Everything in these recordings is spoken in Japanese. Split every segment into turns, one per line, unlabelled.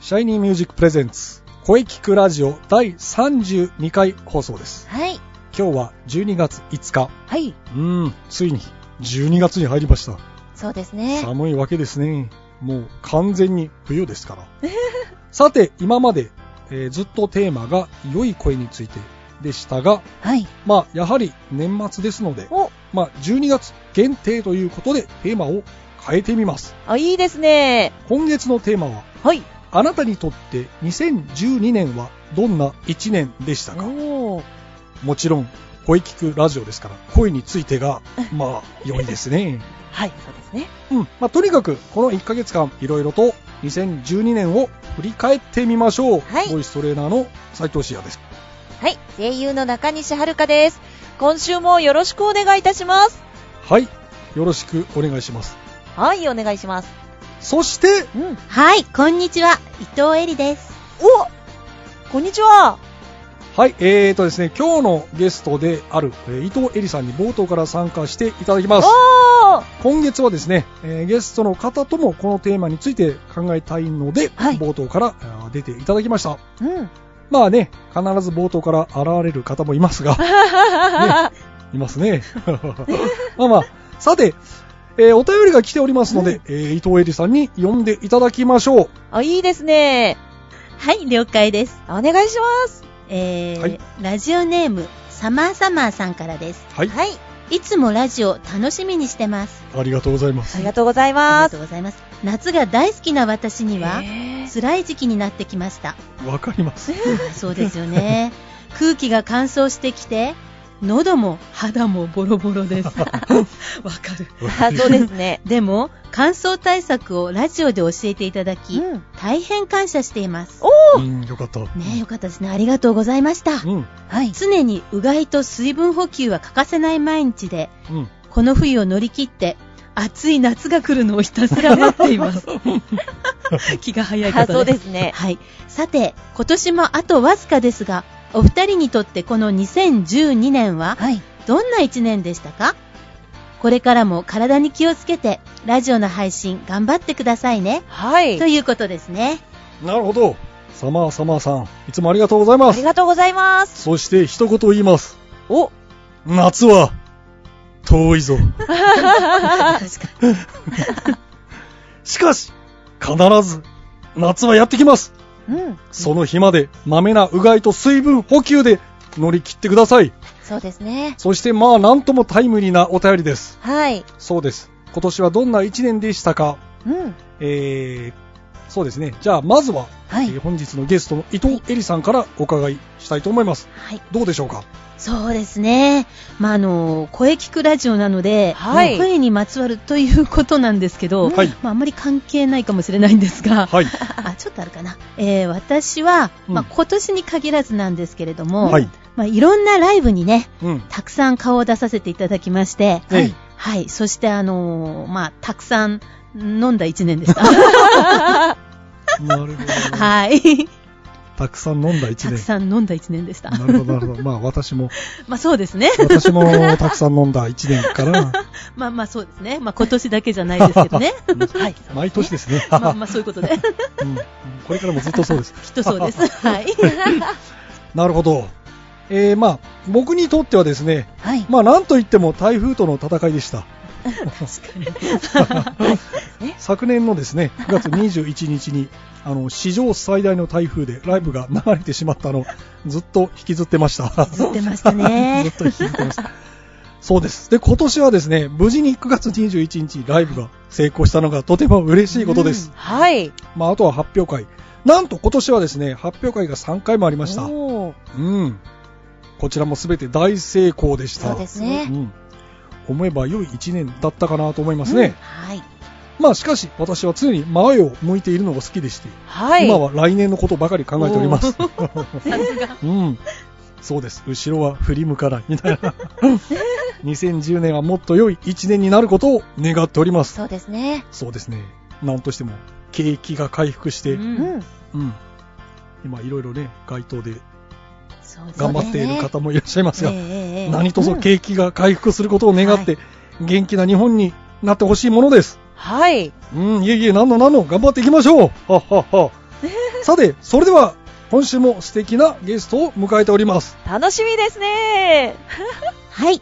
シャイニーミュージックプレゼンツ声聞くラジオ第32回放送です
はい。
今日は12月5日
はい。
うーんついに12月に入りました
そうですね。
寒いわけですねもう完全に冬ですから さて今まで、えーずっとテーマが良い声についてでしたが
はい。
まあやはり年末ですので
お、
まあ12月限定ということでテーマを変えてみます
あ、いいですね。
今月のテーマは
はい。
あなたにとって2012年はどんな1年でしたか
おー。
もちろん声聞くラジオですから声についてがまあ良いですね
はい、そうですね。
うんまあとにかくこの1ヶ月間いろいろと2012年を振り返ってみましょう、
はい
ボイストレーナーの斉藤慎也です
はい、声優の中西遥です。今週もよろしくお願いいたします。
はいよろしくお願いします
はい、お願いします。
そして
うん。
はい、こんにちは、伊藤恵里です。
おこんにちは。
はいえーとですね今日のゲストである、えー伊藤恵里さんに冒頭から参加していただきます
おー
今月はですね、えーゲストの方ともこのテーマについて考えたいので、
はい
冒頭からあー出ていただきました
うん。
まあね必ず冒頭から現れる方もいま すがいますね まあまあさて、えーお便りが来ておりますので、えー伊藤恵里さんに読んでいただきましょう
あ、いいですね。
はい、了解です。
お願いします。
えー
はい
ラジオネーム、サマーサマーさんからです。
はい、
はい。
いつもラジオ楽しみにしてます。
ありがとうございます
ありがとうござい
あり
ま
が
す
と。うございます。夏が大好きな私には、
えー
辛い時期になってきました。
わかります
そうですよね。空気が乾燥してきて、喉も肌もボロボロ です。わかる。
あそう ですね。
でも、乾燥対策をラジオで教えていただき、
うん
大変感謝しています。
うんよかった
ねえ、よかったですね。ありがとうございました。
うん
はい。
常にうがいと水分補給は欠かせない毎日で、
うん
この冬を乗り切って、暑い夏が来るのをひたすら待って います。 気が早い
あ
方
そうですね。
はい。さて、今年もあとわずかですが、お二人にとってこの2012年は、
はい。
どんな一年でしたかこれからも体に気をつけて、ラジオの配信頑張ってくださいね。
はい。
ということです ね。
なるほどサマーサマーさんいつもありがとうございま
あり
す
がとうございます。
そして一言言います
お、
夏は遠 いぞしかし必ず夏はやってきます
うん。
その日までまめなうがいと水分補給で乗り切ってください
そうですね。
そしてまあなんともタイムリーなお便りです
はい。
そうです今年はどんな1年でしたか
うん。
えー、そうですねじゃあまずは、
は
えー
い。
本日のゲストの伊藤恵里さんからお伺いしたいと思います
はい。
どうでしょうか
そうですね。まあ、あの、声聞くラジオなので、
はい
まあ声にまつわるということなんですけど、
はい
まあ、あんまり関係ないかもしれないんですが、
はい
あちょっとあるかな。えー私は、
うん
まあ、今年に限らずなんですけれども、
はい
まあ、いろんなライブにね、
うん
たくさん顔を出させていただきまして、
えい
はい、そして、あのーまあ、たくさん飲んだ一年 でした。
なるほど
はい。
たくさん飲んだ一
た
年
くさん飲んだ一年でした。
なるほど、なるほど。まあ、私も、
まあ、そうですね。
私もたくさん飲んだ1年か な。
まあまあ、そうですね。まあ、今年だけじゃないですけど ね。はい。
毎年ですね。
まあまあ、そういうことで。
うんこれからもずっとそうです。
きっとそう です。はい。
なるほど。えー、まあ、僕にとってはですね、
はい。
まあ、なんといっても台風との戦いでした。 昨年のですね、9月21日に、あの、史上最大の台風でライブが流れてしまったのをずっと引きずってました。
ずってましたね
ずっと引きずってました。そうです。で、今年はですね、無事に9月21日ライブが成功したのがとても嬉しいことです。
はい。
まあ、あとは発表会。なんと今年はですね、発表会が3回もありました。
おー
うん。こちらも全て大成功でした。
そうですね
う。ん。思えば良い1年だったかなと思いますね。
はい。
まあしかし私は常に前を向いているのが好きでして、
はい。
今は来年のことばかり考えております。
さすが。
うん。そうです。後ろは振り向かない。みたいな。2010年はもっと良い1年になることを願っております。
そうですね。
そうですね。なんとしても、景気が回復して、
う
うん。
うんん。
今、いろいろね、街頭で
そうです
頑張っている方もいらっしゃいますが、
ええええ
何卒景気が回復することを願って、元気な日本になってほしいものです。
はい。
うん、いえいえ、なんのなんの、頑張っていきましょう。はっはっは。さて、それでは、今週も素敵なゲストを迎えております。
楽しみですね。
はい。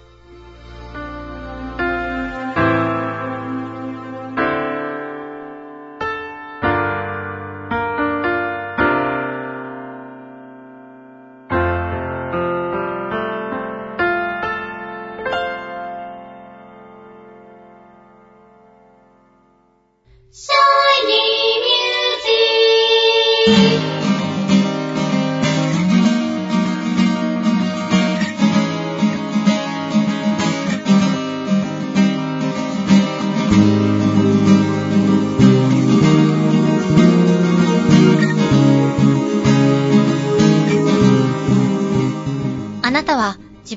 あなたは自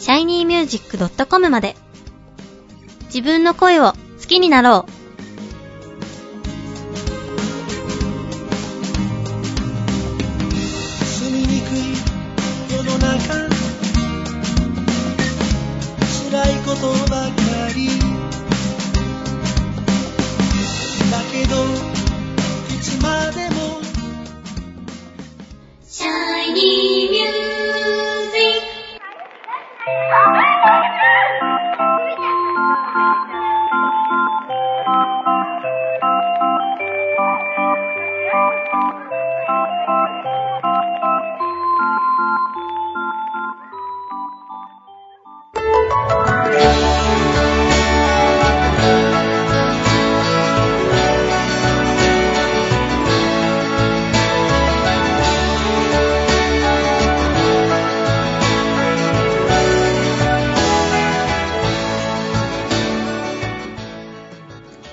shinymusic.com まで。自分の声を好きになろう。
住みにくい世の中辛いことばかりだけどいつまでも
Shiny Music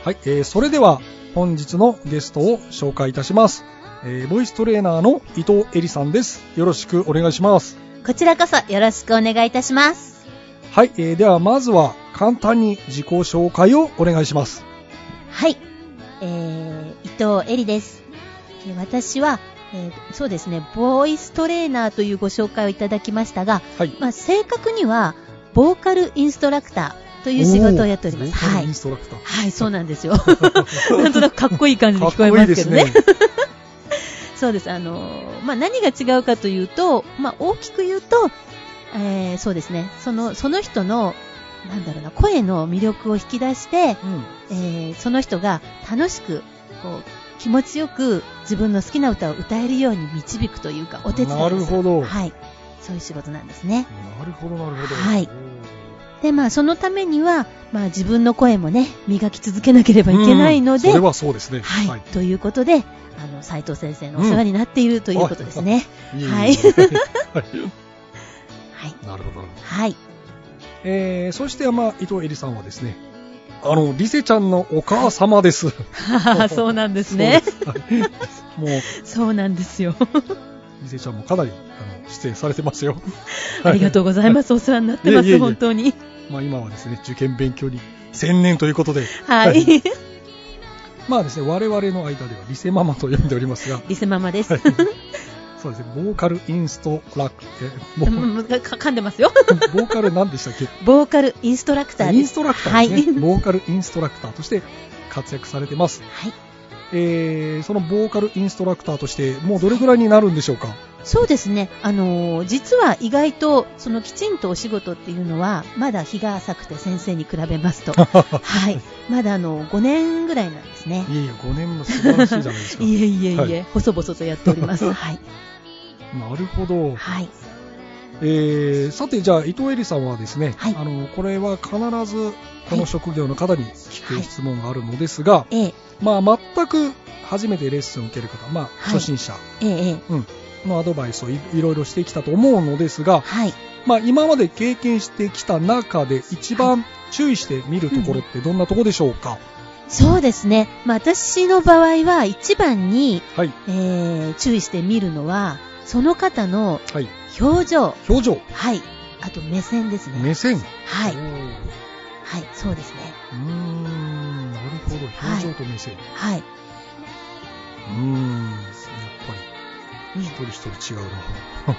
はい、えーそれでは本日のゲストを紹介いたします。えーボイストレーナーの伊藤恵里さんです。よろしくお願いします。
こちらこそよろしくお願いいたします。
はい、えーではまずは簡単に自己紹介をお願いします。
はい。えー、伊藤恵里です。えー私は、えーそうですね、ボイストレーナーというご紹介をいただきましたが、
はい。
まあ、正確には、ボーカルインストラクターという仕事をやっております。
おー
は
イン
い。
ストラクター。
はい、そうなんですよ。 なんとなくかっこいい感じに聞こえ
かっこい
ま
い
す
で
け
す
どね
ね。。
そうです。あのーまあ、何が違うかというと、まあ、大きく言うと、えーそうですね。その、その人の、なんだろうな、声の魅力を引き出して、
うん
えーその人が楽しく、こう、気持ちよく自分の好きな歌を歌えるように導くというか、お 手伝い
な
をす
るほど
はい。そういう仕事なんですね。
なるほど、なるほど。
はい
おー
で、まあ、そのためには、まあ、自分の声もね、磨き続けなければいけないので、
うんそれはそうですね。
はい、ということで、あの、斉藤先生のお世話になっているということですね。
いえいえ
は
はい
い はい。
なるほど、なるほど。
はい。
えー、そして、まあ、伊藤恵里さんはですね、あの、リセちゃんのお母様です。
そうなんです ね。
そうです。はいもう、
そうなんですよ。
伊勢ちゃんもかなりあの出演されてますよ。
ありがとうございます。お世話になってま
いえいえいえ
す、本当に。
まあ今はですね、受験勉強に専念ということで、
はい。
まあですね、我々の間ではリセママと呼んでおりますが、
リセママです。
はい そうですね、ボーカルインストラク、え、ボ
うんうんか噛んでますよ。
ボーカル何でしたっけ
ボーカルインストラクターです。
インストラクターですね、
はい。
ボーカルインストラクターとして活躍されてます。
はい。
えー、そのボーカルインストラクターとして、もうどれぐらいになるんでしょうか
そうですね。あのー実は意外と、そのきちんとお仕事っていうのは、まだ日が浅くて先生に比べますと。はい。まだあの5年ぐらいなんですね。
いやいや、5年の素晴らしいじゃないですか。
いえいえいえ、
はい
細々とやっております。はい。
なるほど。
はい。
えーさて、じゃあ、伊藤恵里さんはですね、
はい
あの、これは必ず、この職業の方に聞く質問があるのですが、
ええ、
まあ、全く初めてレッスンを受ける方、まあ、初心者
ええ、ええ。
のアドバイスをいいろいろしてきたと思うのですが、
はい。
まあ、今まで経験してきた中で一番注意して見るところってどんなところでしょうか、
そうですね。まあ、私の場合は一番に、
はい、
えー注意して見るのは、その方の
はい。
表情。
表情、
はい。あと目線ですね。
目線。
は
お
い。
ー
はい。そうですね。
うーん、なるほど。
は
表
い
情と目線。
は
う
い。
ーん、やっぱ
うん
り、一人一人違う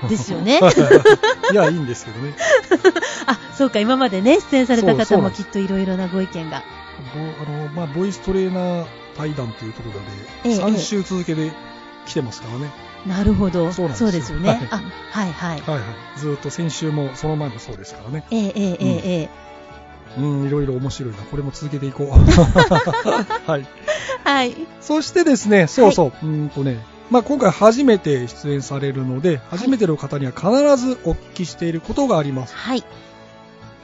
な。
ですよ ね
はいいや、いいんですけどね。
あ、そうか、今までね、出演された
そうそ
方
うな
も
んで
き
す
っといろいろなご意見が。
ぼあの、まあ、ボイストレーナー対談というところ
ええ
で、3週続けて来てますからね。
なるほど。
そうなんです
そ
よ
うですよね。
はい
あ、はいはい。
はいはい。ずーっと先週も、その前もそうですからね。
えええええええ
うん、いろいろ面白いな。これも続けていこう。 はい。
えはい。
そしてですね、そうそう、うーんとね、まあ、今回初めて出演されるので、初めての方には必ずお聞きしていることがあります。
はい。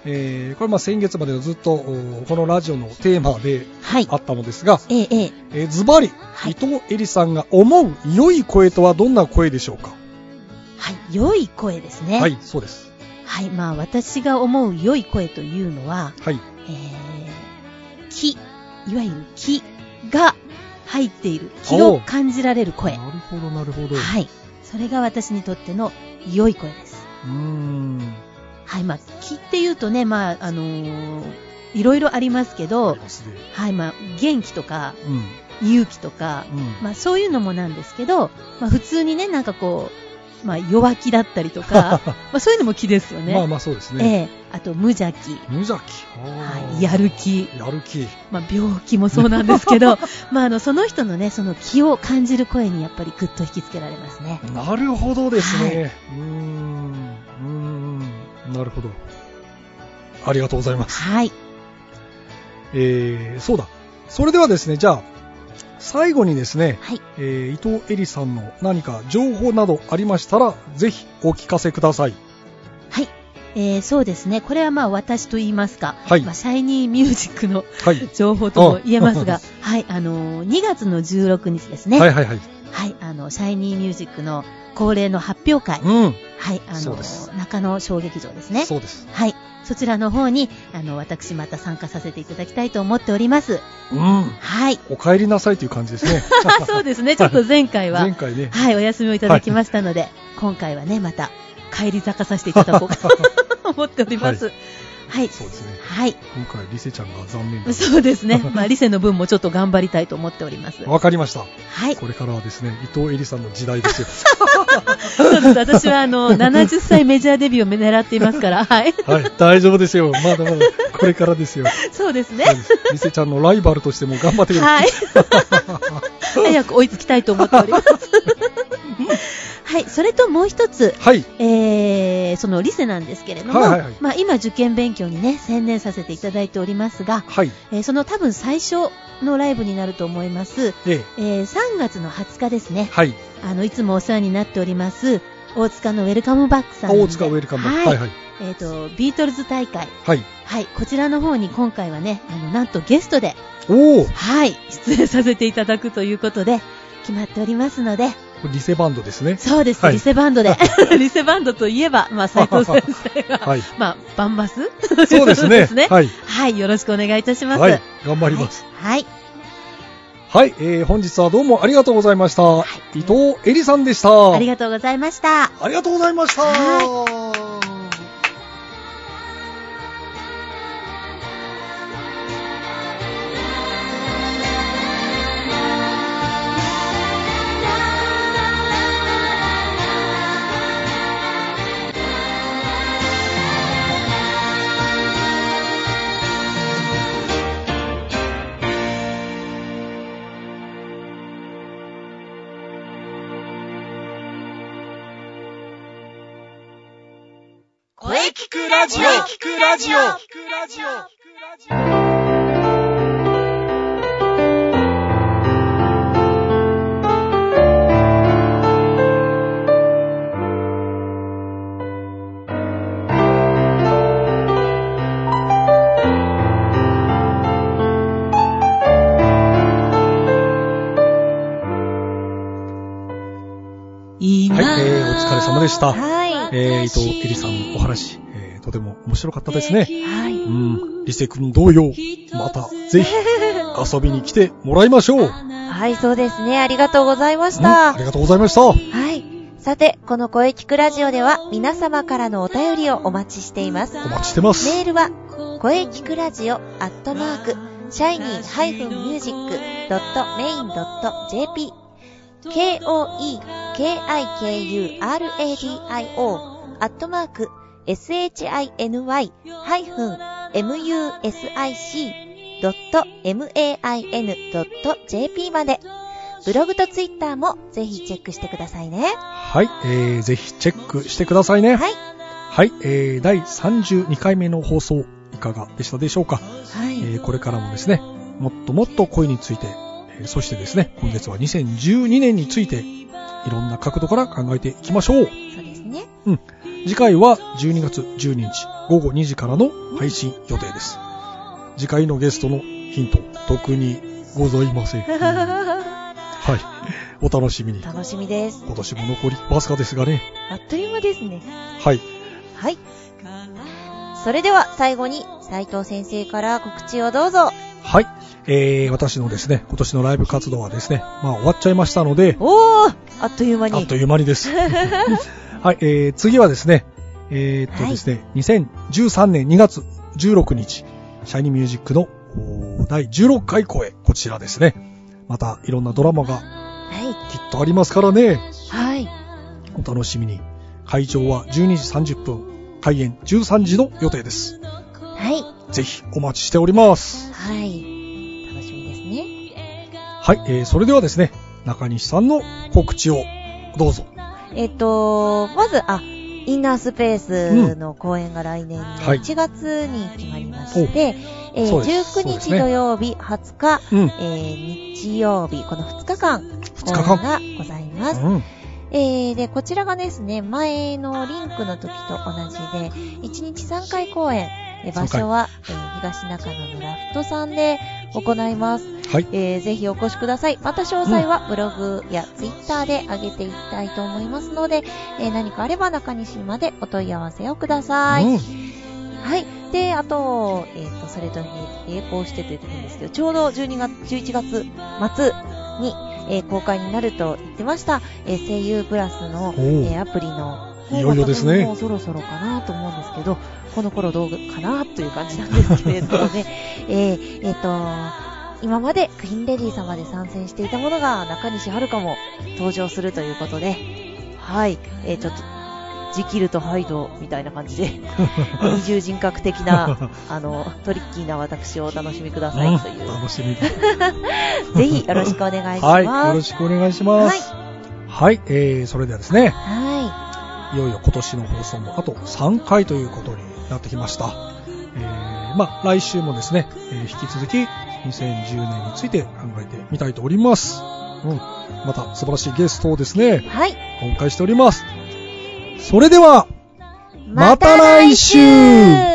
えーこれまあ先月までずっとおこのラジオのテーマで
はい
あ。ったのですが、
ええええ
えーズバリ、伊藤恵里さんが思う良い声とはどんな声でしょうか
はい。良い声ですね。
はい、そうです。
はい。まあ、私が思う良い声というのは、
はい。
えー、気、いわゆる気が入っている。気を感じられる声。
なるほど、なるほど。
はい。それが私にとっての良い声です。
うーん。
はい。まあ、気っていうとね、まあ、あのーいろいろありますけ
あ
ど
り、ますね
はい。まあ、元気とか、
うん。うん。
勇気とか、まあ、そういうのもなんですけど、まあ、普通にね、なんかこう、まあ、弱気だったり とか、まあそういうのも気ですよね。
まあまあそうですね。
ええあと無邪気、
無邪気。
はい、やる気、
やる気。
まあ、病気もそうなんです けど、まあ、あのその人のね、その気を感じる声にやっぱりぐっと引きつけられますね。
なるほどですね。うーん。うーん。なるほど。ありがとうございます。
はい。
えー、そうだ。それではですね、じゃあ、最後にですね、
はい
えー伊藤恵里さんの何か情報などありましたら、ぜひお聞かせください。
はい。えーそうですね。これはまあ私と言いますか、
はい
まあ、シャイニーミュージックの
はい。
情報とも言えますが、はい、あのー2月の16日ですね。
は
はいい。
はいはい。
あの、シャイニーミュージックの恒例の発表会。
うん。
はい、あ
そう
の
です、
中野小劇場ですね。
そうです。
はい。そちらの方に、あの、私また参加させていただきたいと思っております。
うん。
はい。
お帰りなさいという感じですね。
あ そうですね。ちょっと前回 は、
前回ね。
はい、お休みをいただきましたので、今回はね、また、帰り咲かさせていただこうかと思っております。はい。
そうですね。
はい。
今回、リセちゃんが残念です。
そうですね。まあ、リセの分もちょっと頑張りたいと思っております。は
わかりました。
い。
これからはですね、伊藤恵里さんの時代ですよ。
そうです。私は、あの、70歳メジャーデビューを狙っていますから、はい。
はい、大丈夫ですよ。まだまだ、これからですよ。
そうですね
そう。ですリセちゃんのライバルとしても頑張ってくださ。
はいい。早く追いつきたいと思っております。はい。それともう一つ、
はい。
えー、そのリセなんですけれども、
はいはいはい
まあ、今受験勉強にね、専念させていただいておりますが、
はい。
えーその多分最初のライブになると思います。
ええ。
えー3月の20日ですね。
はい。
あの、いつもお世話になっております、大塚のウェルカムバックさん
あ
で。
大塚ウェルカム。
はい。
はいはい。
えっ、と、ビートルズ大会。
はい。
はい。こちらの方に今回はね、あの、なんとゲストで、
おお
はい、出演させていただくということで、決まっておりますので、
リセバンドですね。
そうです、
はい
リセバンドで。 リセバンドといえば、まあ、斉藤先生 が、
はい。
まあ、バンバス
そう ですね。
はい。
はい。
よろしくお願いいたします。
はい。頑張ります。
はい。
はい。えー本日はどうもありがとうございました。伊藤恵里さんでした。
ありがとうございました。
ありがとうございました。
声聞くラジオ声聞くラジオ
疲れ様でした。
はい。
えー、伊藤恵里さんのお話、えーとても面白かったですね。
はい。
うん、リセ君同様、またぜひ遊びに来てもらいましょう。うん
はい、そうですね。ありがとうございまし
あ
た。
りがとうございました。
はい。さて、この声聞くラジオでは皆様からのお便りをお待ちしています。
お待ちしてます。
メールは、声聞くラジオアットマーク、shiny-music.main.jp、k-o-e-k-i-k-u-r-a-d-i-o アットマーク、shiny-music.main.jp まで、ブログとツイッターもぜひチェックしてくださいね。
はい、えー、ぜひチェックしてくださいね。
はい。
はい、えー、第32回目の放送、いかがでしたでしょうか、
は
え。ー、これからもですね、もっともっと恋について、えー、そしてですね、今月は2012年について、いろんな角度から考えていきましょう。
そうですね。
次回は12月12日午後2時からの配信予定です。次回のゲストのヒント、特にございません。はい。お楽しみ に。
楽しみです。
今年も残りわずかですがね。
あっという間ですね。
はい。
はい。それでは最後に斉藤先生から告知をどうぞ。
はい。えー、私のですね、今年のライブ活動はですね、まあ終わっちゃいましたので、
おーあっという間に。
あっという間にです。 はい、えー、次はですね、えー、っとですね、2013年2月16日、シャイニーミュージックのおー第16回公演、こちらですね。またいろんなドラマが
は
きっとありますからね、
い。はい。
お楽しみに。会場は12時30分、開演13時の予定です。
はい。
ぜひお待ちしております。
はい。楽しみですね。
はい、えー、それではですね、中西さんの告知をどうぞ。
えっ、と、まず、あ、インナースペースの公演が来年の
はい
1月に決まりまして、えー
そうです
19
そうです
日
ね
土曜日、20日、
うん。
えー日曜日、この2日間、公
2日
演
間。
がございます。
うん。
えー、で、こちらがですね、前のリンクの時と同じで、1日3回公演、え場
三回
所は、えー東中野のラフトさんで行います。
はい。
えー、ぜひお越しください。また詳細はブログやツイッターで上げていきたいと思いますので、えー何かあれば中西までお問い合わせをください。
うん。
はい。で、あと、えっ、と、それと並行してというと変ですけど、ちょうど12月、11月末に、えー公開になると言ってました、えー声優プラスの、
お
え
ー
ーアプリの、
いよいよですね
もうそろそろかなと思うんですけど、この頃どうかなという感じなんですけれども ね、えっ、えーと、今までクイーンレディー様で参戦していたものが中西遥も登場するということで、はい、えーちょっと、ジキルとハイドみたいな感じで、 二重人格的な、あの、トリッキーな私をお楽しみくださいという
うん、楽しみだ。
ぜひよろしくお願いしま
は
す。
い、よろしくお願いします。はい、えー、それではですね、
はい
よいよ今年の放送もあと3回ということになってきました。えー、まあ、来週もですね、えー引き続き2010年について考えてみたいとおります。うん。また素晴らしいゲストをですね
い、、はい、
お迎えしております。それでは、また来週